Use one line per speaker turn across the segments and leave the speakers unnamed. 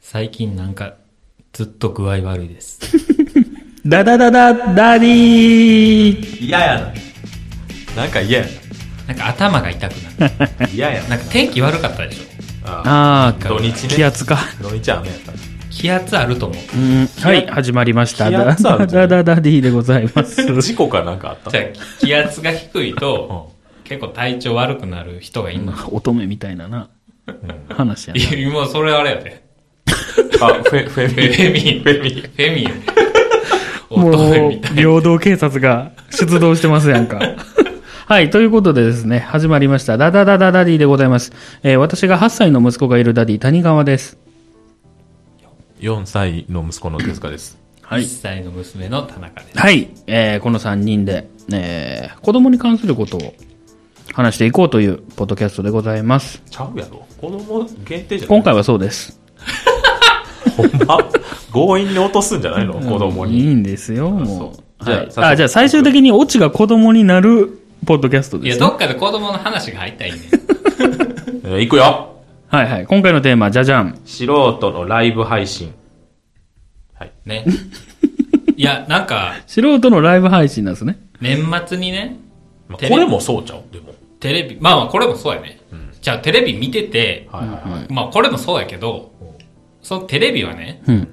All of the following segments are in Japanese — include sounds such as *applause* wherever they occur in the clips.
最近なんか、ずっと具合悪いです。
ダダダダダディ
嫌やな。なんか嫌や
なんか頭が痛くなる。
な。嫌や
な
な。
んか天気悪かったでしょ
あ
ああ、
土日ね
気圧か。
あ。土日雨やった。
気圧あると思う。
うん、は
気
い、
圧
始まりました。
気
ダ
圧ある
ダ
んじゃな
ダ
い
ダダディでございます。
*laughs* 事故かなんかあっ
*laughs*
た
じゃあ、気圧が低い *laughs* と、
う
結構体調悪くなる人がいんの。
乙女みたいなな、話や
いやもうそれあれやで。
んあ、フェ、フェ
フェミン。
フェミ。
フェミンやで。
な。も
*laughs* 乙女
う
みた、い。
平等警察が出動してますやんか。はい。ということでですね、始まりました。ダダダダダディでございます。えー私が8歳の息子がいるダディ、谷川です。
4歳の息子の手塚です。
はい
1歳の娘の田中です。
はい、えーこの3人で、えー子供に関することを話していこうというポッドキャストでございます。
ちゃうやろ子供限定じゃない
今回はそうです。
ほんま強引に落とすんじゃないの子供
い
に。
いんですよ、もう。
そうじゃあ
はい
早速
あじゃあ最終的にオチが子供になるポッドキャスト
い
で
や、
す、
ど
ね。
っかで子供の話が入 *laughs* ったらいいね。
えー行くよ
はいはい。今回のテーマ、じゃじゃん。
素人のライブ配信。はい。
ね。いや、なんか、
素人のライブ配信なんですね。
年末にね、
まあ
テレ
これもそうちゃうでも。
テレビ、まあまあこれもそうやね。じゃあテレビ見てて、
はいはいはい。
まあこれもそうやけど、そのテレビはね、
うん。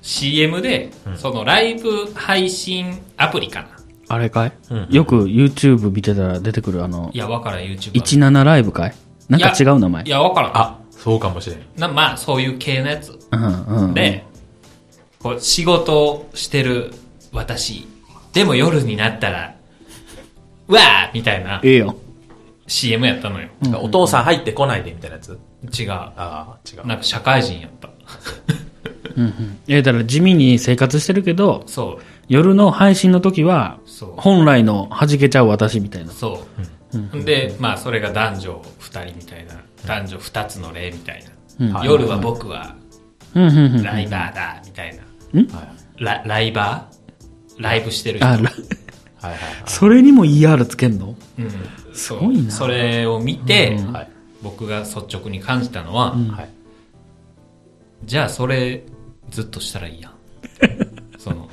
CM で、そのライブ配信アプリかな。
あれかい、
うん
よく YouTube 見てたら出てくるあの
い、や、わからん YouTube。
17ライブかいなんか違う名前
い。や、わからん。
あ、そうかもしれん。
なまあそういう系のやつ。
うんうん。
で、こう仕事をしてる私、でも夜になったら、うわーみたいな
ええよ。
CM やったのよ。
お父さん入ってこないでみたいなやつ
違う。
ああ、違う。
なんか社会人やった。 *laughs*
えーだから地味に生活してるけど、
そう。
夜の配信の時は
そう、
本来の弾けちゃう私みたいな。
そう。で、まあ、それが男女2人みたいな、男女2つの例みたいな。
はい
夜は僕は
うんうんうん。
ライバーだ、みたいな。
はい
ラライバーライブしてる人。
あ、ら
はいはいはい。
それにも ER つけんの
うん。す
ごいな
それを見て、
はい。
僕が率直に感じたのは、
はい。
じゃあそれずっとしたらいいやん。 *laughs* その、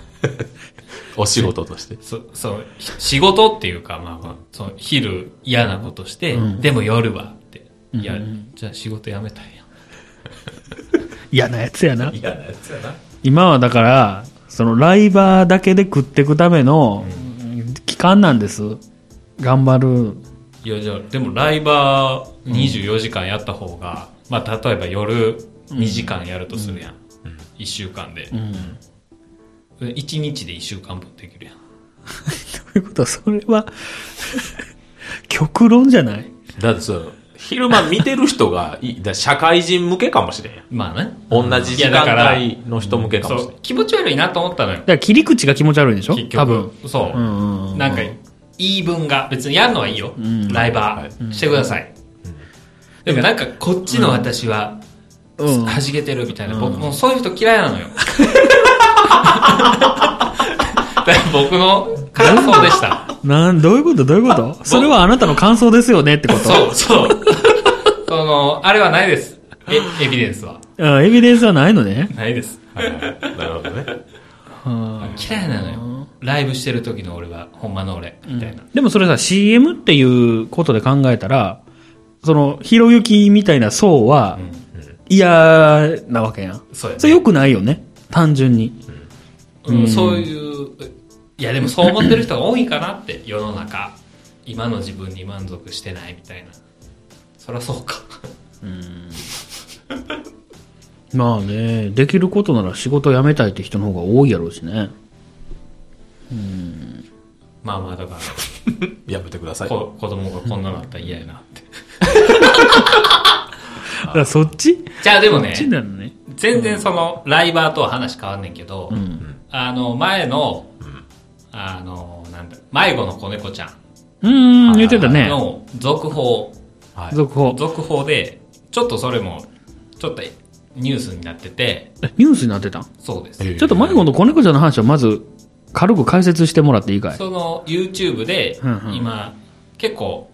お仕事として。
そ、そう、ひ仕事っていうか、まあまあ、その、昼嫌なことして、でも夜はって。いや、じゃあ仕事辞めたいやん。
嫌なやつやな。
*laughs* 嫌なやつやな。
今はだから、そのライバーだけで食っていくための期間なんです。頑張る。
いやじゃあでもライバー24時間やった方が、まあ例えば夜2時間やるとするやん、1週間で、1日で1週間分できるやん
ということは、それは、 *laughs* 極論じゃない
だってそう、昼間見てる人がいい、だ社会人向けかもしれんやん。
まあね
同じ時
いやだから
間帯の人向けか
そ
もし
う気持ち悪いなと思ったのよ
だから切り口が気持ち悪いんでしょ
結局
多分。
そう,、
うんうんうん。
なんか言い分が別にやるのはいいよ、ライバー、してください、でもなんかこっちの私は
うん
弾けてるみたいな、僕もうそういう人嫌いな
*laughs*
のよだから僕の感想でした
なん、どういうことどういうことそれはあなたの感想ですよねってこと
そうそうそのあれはないですえエビデンスは
うんエビデンスはないのね。
ないです
れん。はいはいなるほどね。
うん
嫌いなのよライブしてる時の俺はほんまの俺みたいな、
でもそれさ、CM っていうことで考えたら、その、ひろゆきみたいな層は
うん、
嫌なわけやん。
そうやね
それ良くないよね。単純に。
うん、そういういやでもそう思ってる人が多いかなって世の中今の自分に満足してないみたいなそりゃそうか
まあね、できることなら仕事辞めたいって人の方が多いやろうしね。
まあまあだから
やめてください。
こ *laughs* 子供がこんなのあったら嫌やなって
だからそっち
じゃあでも
そ
ね
っちなのね。
全然そのライバーとは話変わんねんけど、
ん
あの前の、あのなんだ迷子の子猫ちゃん
うーん、言ってたね。
の続報、
はい。
続報。
続報でちょっとそれもちょっとニュースになってて
えニュースになってたん
そうです、
ええ
ちょっと迷子の子猫ちゃんの話をまず、軽く解説してもらっていいかい
その YouTube で
うんうん
今、結構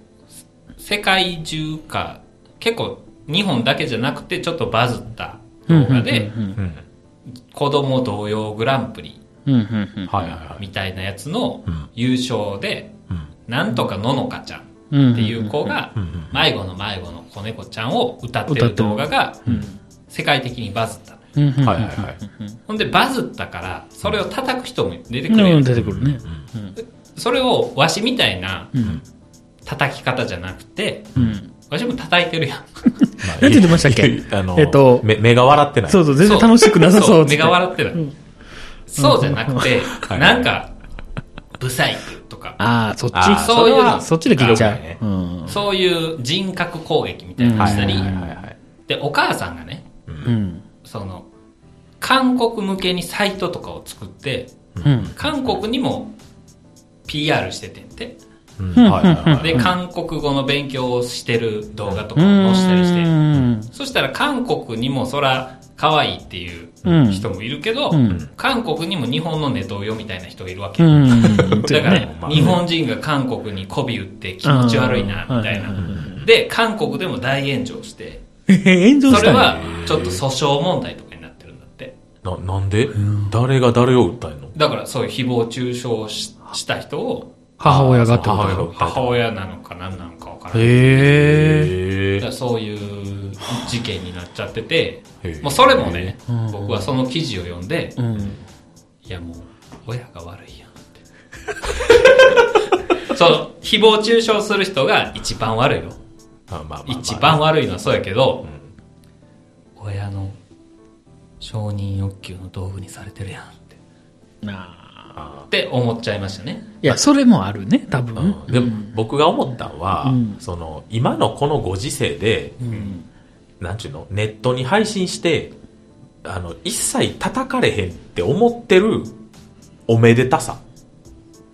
世界中か結構日本だけじゃなくてちょっとバズった動画で
うんうん
うん。
子供童謡グランプリ
うんうんうん
はいはいはい。
みたいなやつの
うん
優勝で、
うん。
なんとかののかちゃんっ
うん。
ていう子が
うんうん、
迷子の迷子の子猫ちゃんを歌ってる動画が世界的にバズったのよ。
うんうんうん
はいはいはい。
ほんでバズったから、それを叩く人も出てくるや
うんん。出てくるね。
それをわしみたいな
うん。
叩き方じゃなくて、
うん。
わしも叩いてるやん。
なん
て言ってましたっけ
あの、
えっと
目目が笑ってない。
そうそう、全然楽しくなさそう
そ
っ
う
つって。
目が笑ってない。そうじゃなくて、
うん
なんか、ブサイクとか、
ああ、そっち
あー
そういうの
れはそっちで聞いちゃ
考えね
う。うん。
そういう人格攻撃みたいなの
はい
した
はい
り、
はいはい。
で、お母さんがね、
うん。
その、韓国向けにサイトとかを作って、
うん。
韓国にも PR しててんて。
うんはいはいはい
で、韓国語の勉強をしてる動画とかも載せたりして
う、ん。
そしたら韓国にもそら可愛いっていう
うん
人もいるけど、
うん
韓国にも日本のネトウヨみたいな人がいるわけ。
うん。
だか
ま
ら、
あ
日本人が韓国に媚び売って気持ち悪いな、みたい
うん
な。で、韓国でも大炎上して、
えへ炎上
そ
し
れ
たの
はちょっと訴訟問題とかになってるんだって。
な、なんで誰が誰を訴えるの
だから、そういう誹謗中傷をしした人を、
母親がってこと
母親が訴えた。
母親なのか何なのかわからない。
へえ。
だか
へー
らそういう事件になっちゃってて
へえ、
もうそれもね
うん、
僕はその記事を読んで、
うん。
いやもう、親が悪いやんって。 *laughs* そう、誹謗中傷する人が一番悪いよ。
まあまあまあまあ
一番悪いのはそうやけど、親の承認欲求の道具にされてるやんって
なあ。
って思っちゃいましたね。
いや、それもあるね、多
う
分。
んでも僕が思ったのは、
うん
その今のこのご時世で、なんちゅうのネットに配信してあの一切叩かれへんって思ってるおめでたさ、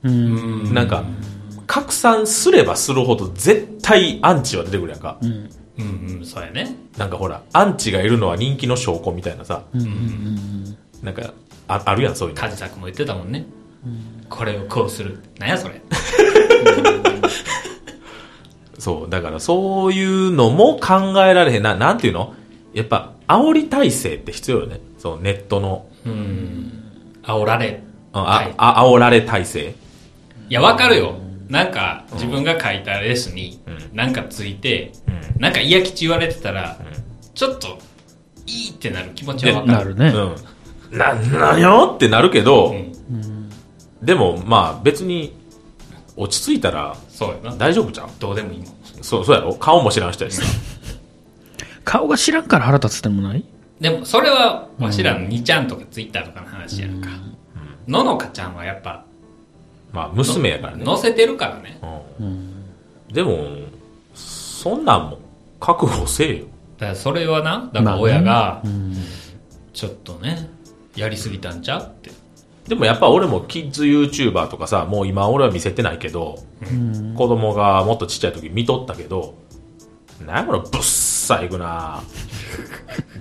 うん。
なんか拡散すればするほど絶対アンチは出てくるやんか、
うん。
うんうん、そうやね。
なんかほらアンチがいるのは人気の証拠みたいなさ
うん。うん。
なんかああるやんそういうの
カジサクも言ってたもんね。これをこうする。なんやそれ。
そう、だからそういうのも考えられへんな。なんていうのやっぱ、煽り体制って必要よね。そのネットの、
うん。煽られ。
あ、
はい
あ煽られ体制。
いや、わかるよ。なんか、自分が書いたレースに、なんかついて、
う
なんか嫌吉言われてたら、ちょっと、いいってなる気持ちはわか
な
る。
るね。
うん。な、なよってなるけど、
うん。
でもまあ別に、落ち着いたら
そうやな。
大丈夫じゃん
どうでもいいもん。
そう、そうやろ顔も知らん人やしさ。
顔が知らんから腹立つでもない
でも、それは、わしらの2ちゃんとかツイッターとかの話やんか。ののかちゃんはやっぱ、
まあ娘やからね。
載せてるからね。
うん。でも、そんなんも覚悟せえよ。
だから、それはな、だから親が、ちょっとね、やりすぎたんちゃうって。
でもやっぱ俺もキッズ YouTuber とかさ、もう今俺は見せてないけど、子供がもっとちっちゃい時見とったけど、なんやこのぶっさいくな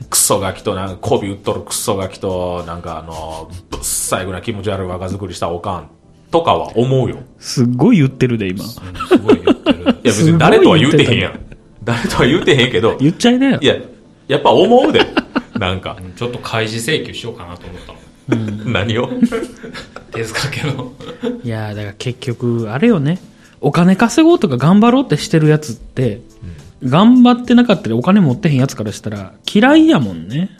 クソガキとなんか、媚び打っとるクソガキと、なんかあの、ぶっさいくな気持ち悪い若作りしたおかんとかは思うよ。
すっごい言ってるで、
う
今。
んすご
*laughs*
い言ってる。
いや別に誰とは言うてへんやん。誰とは言うてへんけど、
言っちゃいなよ
い。や、やっぱ思うで。なんか、
ちょっと開示請求しようかなと思ったもん。
何を。
手塚家の。
*laughs* いやーだから結局、あれよね。お金稼ごうとか頑張ろうってしてるやつって、頑張ってなかったりお金持ってへんやつからしたら嫌いやもんね。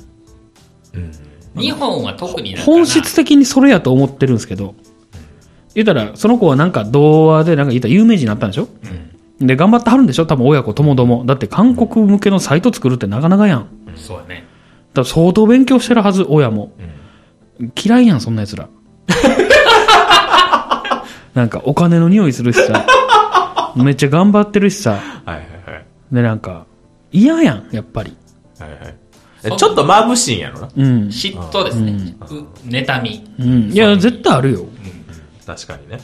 日本は特になんかな
本質的にそれやと思ってるんですけど、言ったら、その子はなんか童話でなんか言ったら有名人になったんでしょ、で、頑張ってはるんでしょ多分親子ともども。だって韓国向けのサイト作るってなかなかやん。
そうやね。
だから相当勉強してるはず、親も。嫌いやん、そんな
*laughs*
奴ら。なんか、お金の匂いするしさ。めっちゃ頑張ってるしさ。
はいはいはい。
で、なんか、嫌やん、やっぱり。
はいはいえ。ちょっと眩しいんやろな。
うん。
嫉妬ですね。う妬み。
うん。いや、絶対あるよ。
確かにね。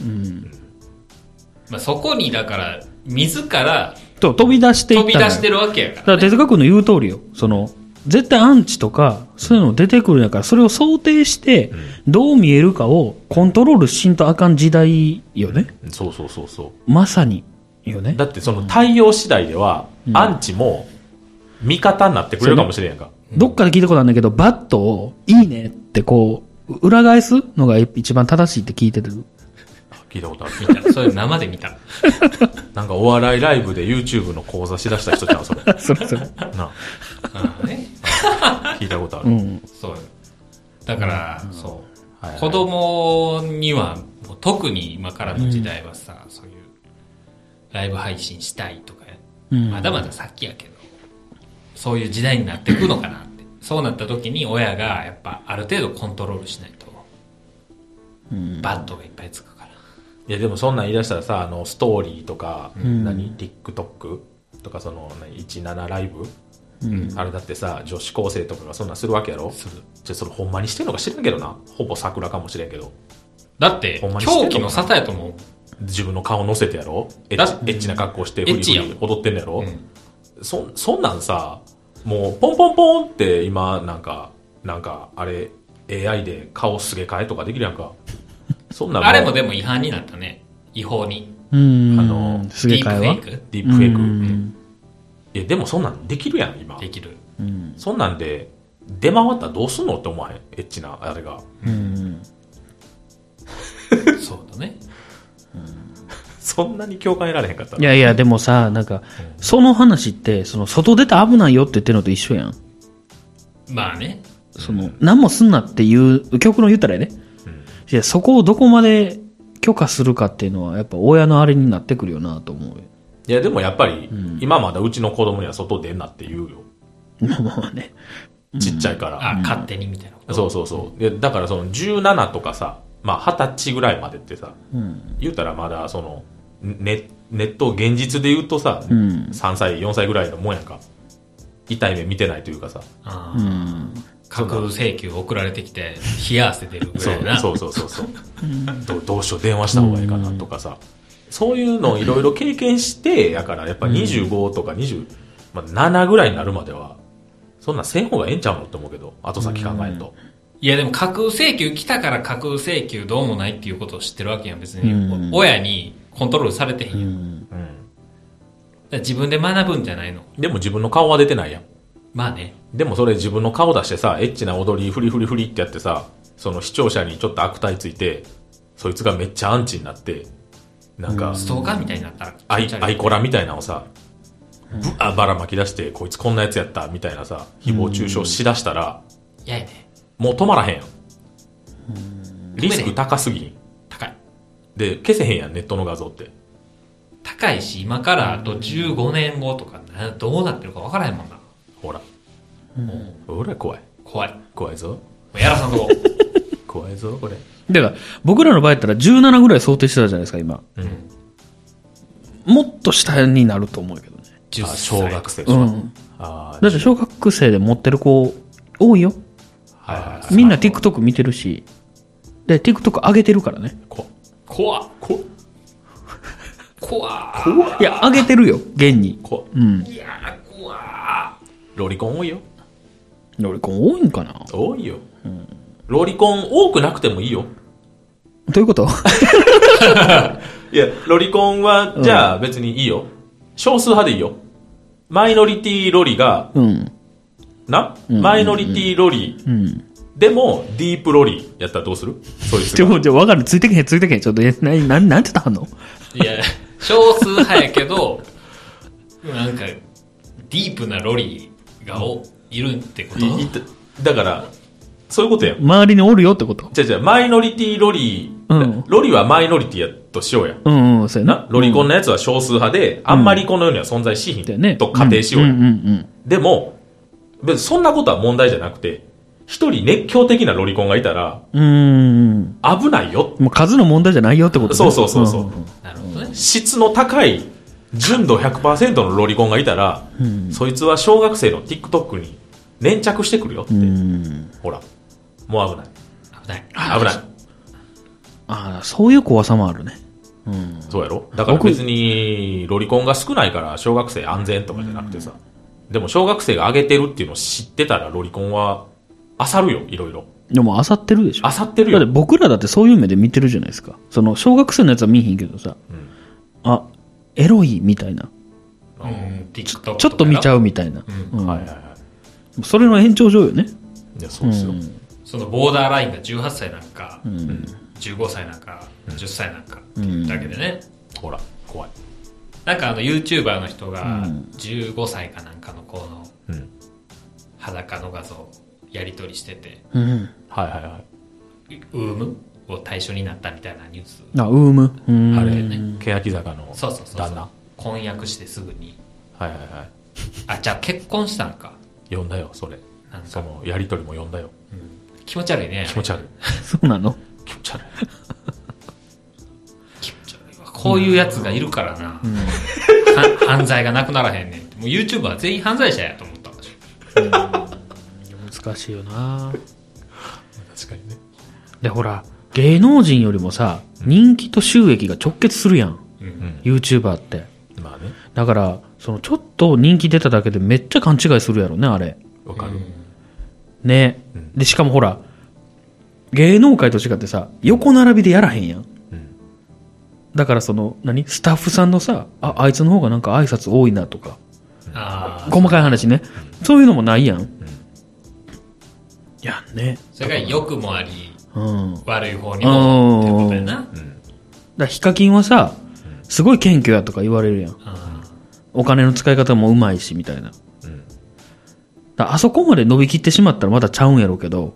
まあ、そこに、だから、自ら
と、飛び出していった
飛
の
び
よ
出してるわけや
だ
か
から手塚君の言う通りよ。その、絶対アンチとか、そういうの出てくるんやから、それを想定して、どう見えるかをコントロールしんとあかん時代よね。
そうそうそうそう。
まさに。よね
だ。ってその対応次第では、アンチも味方になってくれるかもしれんやんか。
どっかで聞いたことあるんだけど、バットを、いいねってこう、裏返すのが一番正しいって聞いてる。
聞いたことある。
見た。それ生で見た。
なんかお笑いライブで YouTube の講座しだした人ちゃう
*laughs*
それ。
それそれ。
な
うんね。
あ聞いたことあ
う
る。
ん。
そうよ。だから、そう。
はいはい
子供には、もう特に今からの時代はさ、そういう、ライブ配信したいとか、
うん
まだまだ先やけど、そういう時代になってくのかなって。そうなった時に親が、やっぱ、ある程度コントロールしないと、バットがいっぱいつくから。
いやでもそんなん言い出したらさ、あの、ストーリーとか、何 ?TikTok とかその、何17ライブあれだってさ、女子高生とかがそんなんするわけやろ
する
じゃあそれほんまにしてんのか知らんけどな。ほぼ桜かもしれんけど。
だって
ほんま、にしてんの
狂気の沙汰やと思う。
自分の顔乗せてやろエ
だ
ッチエッチな格好して
エ
フ
ッ
リ
チやん
フリ踊ってんのやろ、
うん
そそんなんさもうポンポンポンって今なんかなんかあれ AI で顔すげ替えとかできるやんかそんなん
あれもで
も
も違反になったね。違法に。
うん。
あの
すげえ会話
ディープ。フェイ
ディープフェイク、
うん
いやでもそんなんできるやん今
クできる。
うん。
そんなんで出回ったらどうすんのって思わへんエッチなあれが
うん。
そうだね。
そんなに共感得られへんかった
いやいや、でもさ、なんか、その話って、その、外出た危ないよって言ってるのと一緒やん。
まあね。
その、何もすんなっていう、曲の言ったらやね。いや、そこをどこまで許可するかっていうのは、やっぱ親のあれになってくるよなと思うよ。
いやでもやっぱり、今まだうちの子供には外出んなって言うよ
まあまあね。
ちっちゃいから、
あ、勝手にみたいなこと。
そうそうそう。で、だからその17とかさ、まあ20歳ぐらいまでってさ、
ん
言うたらまだその、ネネットを現実で言うとさ、
ん
3歳、4歳ぐらいのもんやんか。痛い目見てないというかさ、
あ
う
あ
ん。
架空請求送られてきて、冷や汗出るぐ
そ
らいな。
うそうそうそうそうどう。どうしよう、電話した方がいいかなとかさ、そういうのをいろいろ経験して、やからやっぱ25とか27、まあ、7ぐらいになるまでは、そんなんせん方がええんちゃうのって思うけど、後先考えると。
いやでも架空請求来たから架空請求どうもないっていうことを知ってるわけやん。別に、
うん
親にコントロールされてへんやん。
う
だか
ん。
うん
ら自分で学ぶんじゃないの。
でも自分の顔は出てないやん。
まあね。
でもそれ自分の顔出してさ、エッチな踊り、フリフリフリってやってさ、その視聴者にちょっと悪態ついて、そいつがめっちゃアンチになって、なんか、
ストーカーみたいになったら。
アイ
気持ち悪い
アイコラみたいなのをさ、ぶあばらまき出して、こいつこんなやつやった、みたいなさ、誹謗中傷しだしたら、
いやいやね。
もう止まらへんやん。リスク高すぎん。
高い。
で、消せへんやん、ネットの画像って。
高いし、今からあと15年後とかな、どうなってるか分からへんもんな。
ほら。
もう
ほら、怖い。
怖い。も
怖いぞ。
うやらさんとこ。
怖いぞ、これ。
だから、僕らの場合やったら17ぐらい想定してたじゃないですか、今。
うん。
もっと下になると思うけどね。
10
あ
歳。
小学生
う
とか。
ん。
あー
だって小学生で持ってる子多いよ。
はいはいはい
みんな TikTok 見てるし。で、TikTok 上げてるからね。
こ
怖っ
こ
怖っ
いや、上げてるよ、現に。
こ
うん。
いやー怖っ
ロリコン多いよ。
俺、これ多いんかな
多いよ、ロリコン多くなくてもいいよ
どういうこと
いやロリコンはじゃあ別にいいよ、少数派でいいよマイノリティロリが
*laughs* うん。
な、
ん
マイノリティロリ
うん。
でもディープロリやったらどうするそいつ
で
が
も、じゃあ分かる。ついてけへん、ついてけへん。ちょっと、え、なに、なん、なんて言ったの
いや、少数派やけど、なんか、ディープなロリがお、いるってこと
いいただからそういうことやん
周りにおるよってこと
じゃあじゃあマイノリティロリ、
うん
ロリはマイノリティやとしようや
うんうん、そうやな
な。ロリコンのやつは少数派で、あんまりこの世には存在しひ
だよ
ん
ね。
と仮定しよう
うん
や、
うんうん。
でも、別にそんなことは問題じゃなくて、一人熱狂的なロリコンがいたら、
うーん。
危ないよ。
もう数の問題じゃないよってことね
そうそうそうそう
なるほどね。
質の高い、純度100%のロリコンがいたら、そいつは小学生の TikTok に粘着してくるよって。
うん。うん。
ほら、もう危ない。
危ない。
危ない。
ああ、そういう怖さもあるね。
そうやろだから
僕
別に、ロリコンが少ないから小学生安全とかじゃなくてさ。でも小学生が上げてるっていうのを知ってたらロリコンは、漁るよ、いろいろ。
でも、あさってるでしょ。
漁ってる
だって
よ。
僕らだってそういう目で見てるじゃないですか。その、小学生のやつは見えへんけどさ。
ん
あ、エロいみたいな。
うん、TikTok
ちょっと見ち
う。
ゃうみたいな。うん
はいはいはい。
それの延長上よね。
いや、そうですよ。
そのボーダーラインが18歳なんか、15歳なんか、10歳なんかっていうだけでね、
ほら、怖い。
なんかあの YouTuber の人が15歳かなんかの子の
うん。
裸の画像やり取りしてて
うん。
はいはいはい。
ウームを対象になったみたいなニュース
あ、ウーム。うん。
あれね、欅坂の
そうそうそう
旦
そう
那。
婚約してすぐに
はいはいは
あじゃあ結婚したんか
い。呼んだよ、それ。
なんか
その、やりとりも呼んだよ。
気持ち悪いね
気持ち悪い。
*laughs* そうなの
気持ち悪い。
気持ち悪いわこういうやつがいるからな、は *laughs* 犯罪がなくならへんねんってもう YouTuber 全員犯罪者やと思った
難しいよな
確かにね。
で、ほら、芸能人よりもさ、人気と収益が直結するやん。
うん
YouTuber って。
まあね、
だから、その、ちょっと人気出ただけでめっちゃ勘違いするやろね、あれ。
わかる。
ね。
うん
で、しかもほら、芸能界と違ってさ、横並びでやらへんやん。
うん
だからその、何スタッフさんのさ、あ、あいつの方がなんか挨拶多いなとか、
ああ
細かい話ね。そういうのもないやん。やんね。
それが良くもあり
うん。だか
悪い方にもってことやな
らヒカキンはさ、すごい謙虚やとか言われるやん。
あ
お金の使い方もうまいし、みたいな。
うん。
だからあそこまで伸びきってしまったらまだちゃうんやろうけど、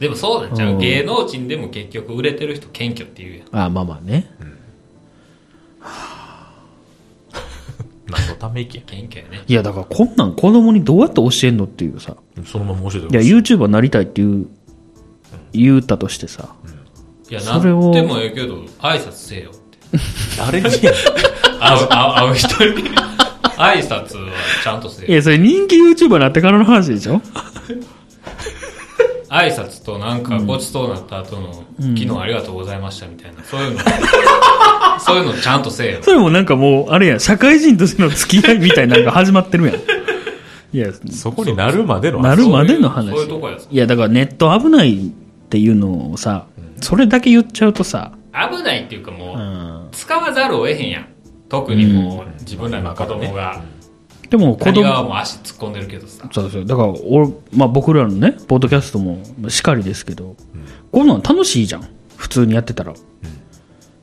ーでもそうなんちゃ
う
うん芸能人でも結局売れてる人謙虚って言うやん
あまあまあね。
何のため息や
謙虚やね
いや、だからこんなん子供にどうやって教えんのっていうさ。
そのまま教えて
いや、
い。
YouTuber になりたいっていう、言うたとしてさ。
いやな
そ
っ
れ
て
を
もええけど挨拶せえよって
誰に
会う会う会う人に挨拶はちゃんとせえ
い
よ
や、それ人気 YouTuber になってからの話でしょ
挨拶となんかごちそうになった後の、昨日ありがとうございましたみたいなそう *laughs* いうのそういうのちゃんとせえよ
それもなんかもう、あれやん、社会人としての付き合いみたいなのが始まって *laughs* るやん。いや、
*laughs* そこになるまでの
な
話。
るまでの話。
そういうとこやぞ
いや、だからネット危ないっていうのをさ、それだけ言っちゃうとさ、
危ないっていうかもう、
うん。
使わざるを得へんやん特にもう、自分らの子供が、
でも子
谷
供
川、も足突っ込んでるけどさ
そうそう。だから、俺、まあ僕らのね、ポッドキャストも、しかりですけど、こんなん楽しいじゃん。普通にやってたら。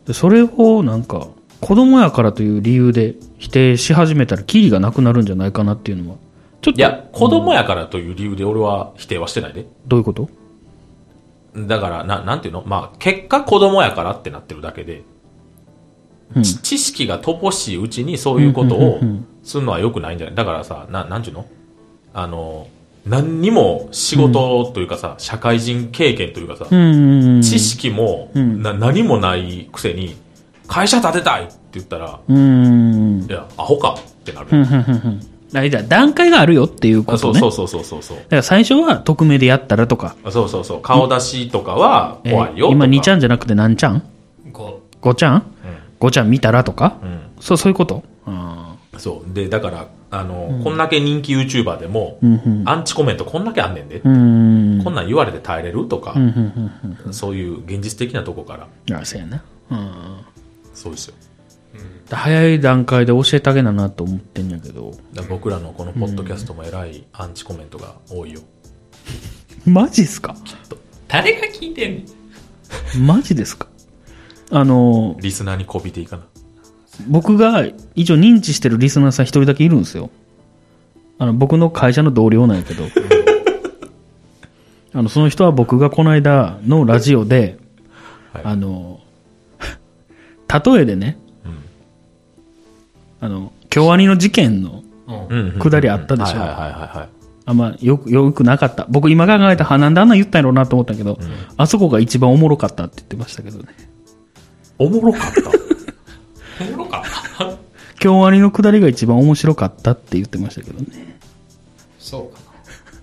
でそれをなんか、子供やからという理由で否定し始めたら、キリがなくなるんじゃないかなっていうのは、ちょっ
い
と、
や、子供やからという理由で俺は否定はしてないで。
どういうこと
だから、な、なんていうのまあ、結果子供やからってなってるだけで、
うん
ち知識が乏しいうちにそういうこと
う
を
んうんうんうん
するのは良くないんじゃないだからさ、な、なんていうのあの、何にも仕事というかさ、社会人経験というかさ、
うん。
知識も、
ん
な何もないくせに、会社建てたいって言ったら、
うん。
いや、アホかってなる。
うん、うん、うん。だから段階があるよっていうこ
あそ
と
う
ね。
そうそうそうそうそう。
だから最初は匿名でやったらとか、
そうそうそう。顔出しとかは怖いよと
え
か。
ー今2ちゃんじゃなくて何ちゃん
こ
?5 ちゃん、五 ?5 ちゃん見たらとか、
ん
そう、そういうことあ
そう。で、だから、あの、こんだけ人気 YouTuber でも、アンチコメントこんだけあんねんで
ー。う。ん。
こんなん言われて耐えれるとか、
うん、うん、うん。
そういう現実的なとこから。
あそうやな。うん。
そうですよ。
早い段階で教えてあげななと思ってんやけど。
だから僕らのこのポッドキャストも偉いアンチコメントが多いよ。
マジっすか
う誰が聞いてんねん
マジですかあの、
リスナーにこびていかな。
僕が一応認知してるリスナーさん一人だけいるんですよ。あの、僕の会社の同僚なんやけ *laughs* ど。あの、その人は僕がこの間のラジオで、
はい
あの、例えでね、
うん
あの、京アニの事件の
うん
うんうん。
くだりあったでしょ。
はいはいはいはいはい。
あんまよく、よくなかった。僕今考えたら、なんであんなん言ったんやろうなと思ったけど、あそこが一番おもろかったって言ってましたけどね。
おもろかった。
*laughs*
おもろかった
京アニのくだりが一番面白かったって言ってましたけどね。
そうか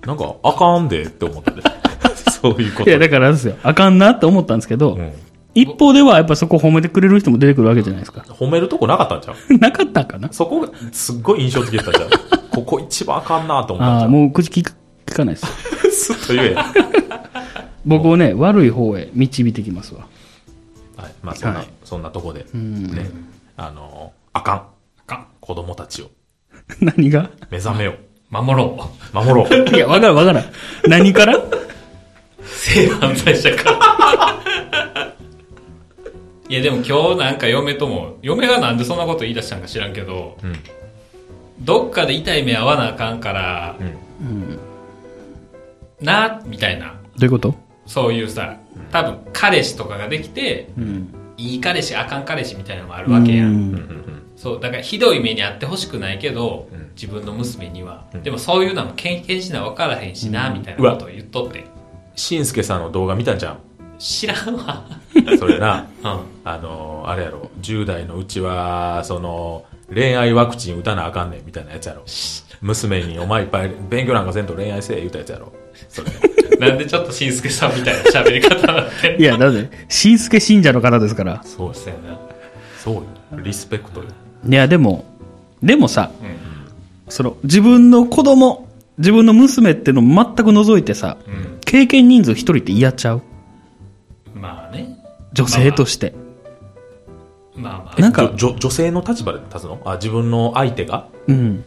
なんか、あかんでって思ったで。 *laughs* そういうこ
い
と。
や、だからあれですよ。あかんなって思ったんですけど、
うん。
一方ではやっぱそこ褒めてくれる人も出てくるわけじゃないですか。 *laughs*
褒めるとこなかったんちゃう
なかったかな
そこが、すっごい印象的だったじゃん。ここ一番あかんなと思ったん *laughs*
あ
ち
あ
ゃ
ー、もう口聞か聞かないです。
う。すっと言えや。
僕をね、悪い方へ導いてきますわ。 *laughs*
はい。まあ、そんな、
はい
そんなとこで、ね。あの、あかん。
あかん
子供たちを
何が
目覚めよう。
守ろう。
守ろう。
いや、わからんわからん。何から
性犯罪者から。 *laughs* いや、でも今日なんか嫁とも、嫁がなんでそんなこと言い出したんか知らんけど、
うん
どっかで痛い目合わなあかんから、な、みたいな。
どういうこと
そういうさ、多分彼氏とかができて、いい彼氏、あかん彼氏みたいなのもあるわけやん。
うん
そう、だからひどい目にあってほしくないけど、自分の娘には。でもそういうのも経験しな分からへんしな、みたいなことを言っとって。
*laughs* しんすけさんの動画見たんじゃん。
知らんわ。
それな。
うん。
あのーあれやろ、10代のうちは、その、恋愛ワクチン打たなあかんねんみたいなやつやろ。娘に、お前いっぱい勉強なんかせんと恋愛せえ言うたやつやろ。それ。
*laughs* なんでちょっとしんすけさんみたいな喋り方なって
いや、だって、しんすけ信者の方ですから。
そうです
そうやな。
そうよ。リスペクトよ。
いや、でも、でもさ、
うん。
その、自分の子供、自分の娘っての全く除いてさ、
うん
経験人数一人って嫌ちゃう
まあね。
女性として。
まあま
なんか
じょ女女性の立場で立つのあ、自分の相手が
うん。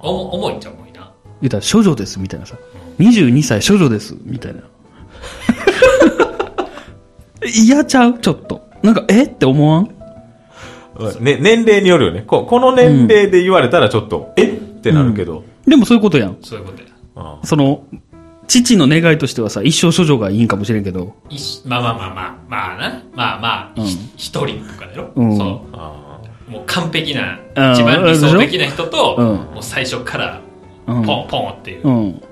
あ、お重いっちゃ重いな。
言ったら、処女です、みたいなさ。22歳処女です、みたいな。 *laughs* 嫌ちゃうちょっと。なんか、えって思わん
ね、年齢によるよねこ。この年齢で言われたらちょっと、えってなるけど。
でもそういうことやん。
そういうことや。
うん
その、父の願いとしてはさ、一生処女がいいんかもしれんけど、
いしまあまあまあまあ、まあな。まあまあ、
うん
ひ一人とかだろ。
うん
そ
あ
う。もう完璧な、
うん
一番理想的な人と、
うん
もう最初から、
うん
ポンポンっていう。
うん。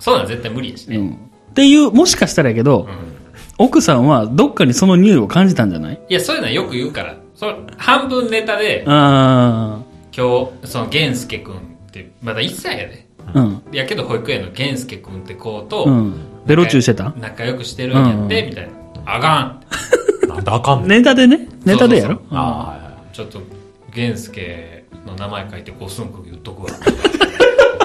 そうなの絶対無理やし
う
ね。
ん。っていう、もしかしたらやけど、奥さんはどっかにその匂いを感じたんじゃない
いや、そういうのはよく言うから。それ半分ネタで、
あ
今日、その、源介くんって、まだ1歳やで。
あ、うん。
やけど保育園の源介くんって子と、
うん。ベロチューしてた
仲良くしてるんやって、
うん
みたいな。あかん。
ーなんであかんねん。
ネタでね。ネタでやろ
そう
あーはいはい
ちょっと、源介の名前書いてゴスンク言っとくわ。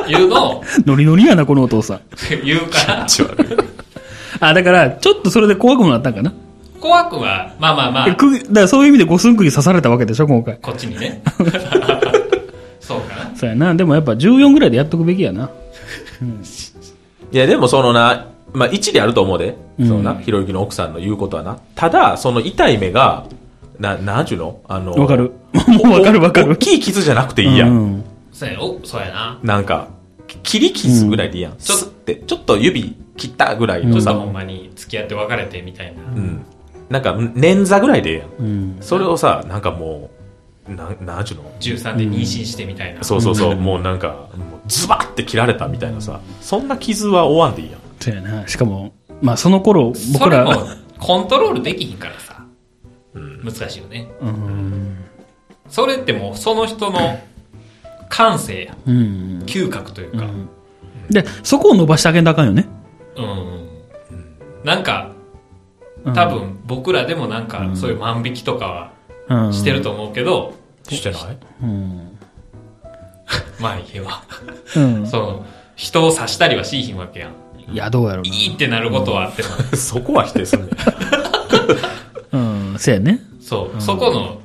言うのを、 *laughs*
ノリノリやな、このお父さん。
言う
*laughs*
から、
あ、だから、ちょっとそれで怖くもなったんかな。
怖くは、まあまあま
え
あ、
くだからそういう意味で五寸釘刺されたわけでしょ、今回。
こっちにね。 *laughs* そうかな。
そうやな。でもやっぱ14ぐらいでやっとくべきやな。
いや、でもそのな、まあ、一理あると思うで。そのな、ひろゆきの奥さんの言うことはな。ただ、その痛い目が、な、なんちゅうのあの、
わかる。もうわかるわかる。
大きい傷じゃなくていいや。
うんん。
そうや、お、そうやな。
なんか、き切り傷ぐらいでいいやん。ちょっと、ちょっと指切ったぐらい
ちょ
の
っ
さ、
と
う
ほん
ん。
まに付き合って別れてみたいな。
なんか、捻挫ぐらいでいいやん。
うん。
それをさ、なんかもう、なん、なんちゅうの
13で妊娠してみたいな。
そうそうそう、もうなんか、もうズバって切られたみたいなさ、そんな傷は負わんでいいやん。
そうやな。しかも、まあその頃、
そ
僕
れ
ら、
もコントロールできひんからさ、難しいよね、それってもうその人の感性や
うん。
嗅覚というか
で、そこを伸ばしてあげなあかんよね。
うん、なんか多分僕らでもなんかそういう万引きとか
う
は
ん。
してると思うけど、
してない
うん。
まあ家は
うん。
その人を刺したりはしいひんわけやん
いや、どうやろ
いいってなることはあっても、
*laughs* そこは否定するねん。
うな。うん。そうやね。
そう、そこの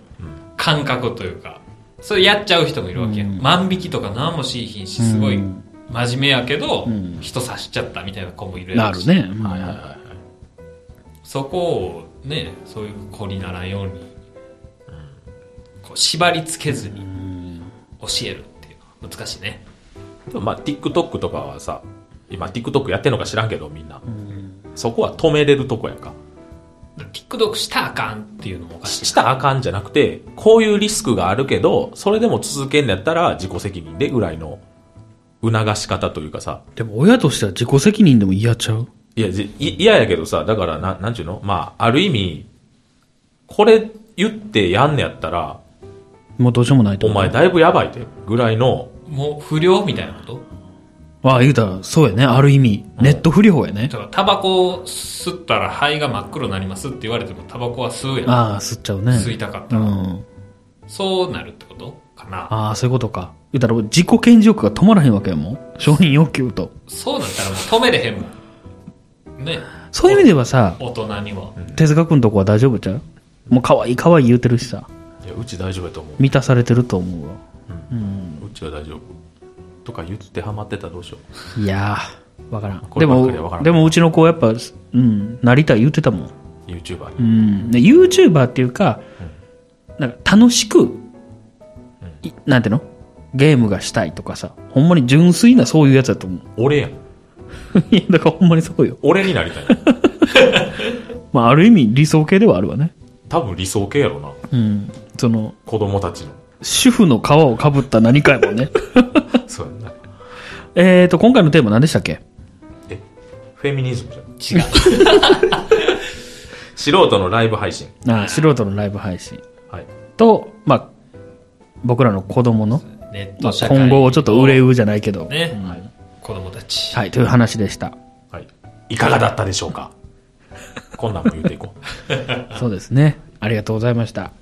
感覚というか、それやっちゃう人もいるわけや、ん。万引きとか何もしいひんし、すごい
うん
真面目やけど、
ん
人刺しちゃったみたいな子もいる
な
やろう
る
し
ね。
はいはいはい。
そこをね、そういう子にならんように、こう縛りつけずに教えるっていうのは難しいね。
で *laughs* もまあ TikTok とかはさ今 TikTok やってんのか知らんけどみんな、そこは止めれるとこやんか
だから TikTok したらあかんっていうのもおかしい。
したらあかんじゃなくてこういうリスクがあるけどそれでも続けんのやったら自己責任でぐらいの促し方というかさ
でも親としては自己責任でも嫌ちゃう
いやじい嫌ややけどさだからななんちゅうのまあある意味これ言ってやんねやったら
もうどうしようもないと
お
思う。
前だいぶやばいでぐらいの
もう不良みたいなこと
ああ、言うたら、そうやね。ある意味、ネット不良やね
だ。からタバコを吸ったら肺が真っ黒になりますって言われてもタバコは吸うやん。
ああ、吸っちゃうね。
吸いたかっ
う
たら。
ん。
そうなるってことかな。
ああ、そういうことか。言うたら、自己顕示欲が止まらへんわけやもん。承認欲求と。
そうなったらもう止めれへんもん。ね。
そういう意味ではさ、
大人には。
手塚くんとこは大丈夫ちゃうもう可愛い可愛い言うてるしさ、
いやうち大丈夫やと思う
満たされてると思うわ。
うちは大丈夫とか言ってハマってたらどうしよう。
いやー、わからん。
こ
で
ればっかりはわ
も
から、ん
でもうちの子やっぱ、うん、なりたい言ってたもん。
YouTuber
う
に。
ん。で、YouTuber っていうか、なんか楽しく、いなんていうのゲームがしたいとかさ、ほんまに純粋なそういうやつだと思う。
俺やん。
*laughs* いや、だからほんまにそうよ。
俺になりたい。
まあ、ある意味理想系ではあるわね。
多分理想系やろな。
うん。その、
子供たちの。
主婦の皮をかぶった何かやもん *laughs* ね。
そうやんな。
えーと、今回のテーマ何でしたっけ
え、フェミニズムじゃん。
違う。
*laughs* 素人のライブ配信。
あー素人のライブ配信
はい。
と、まあ、僕らの子供の、
ネッ
ま
ト
あ
社会。
今後をちょっと憂うじゃないけど、
ね、子供たち。
はい、という話でした。
はい。いかがだったでしょうかこんなんも言っていこう。
そうですね。ありがとうございました。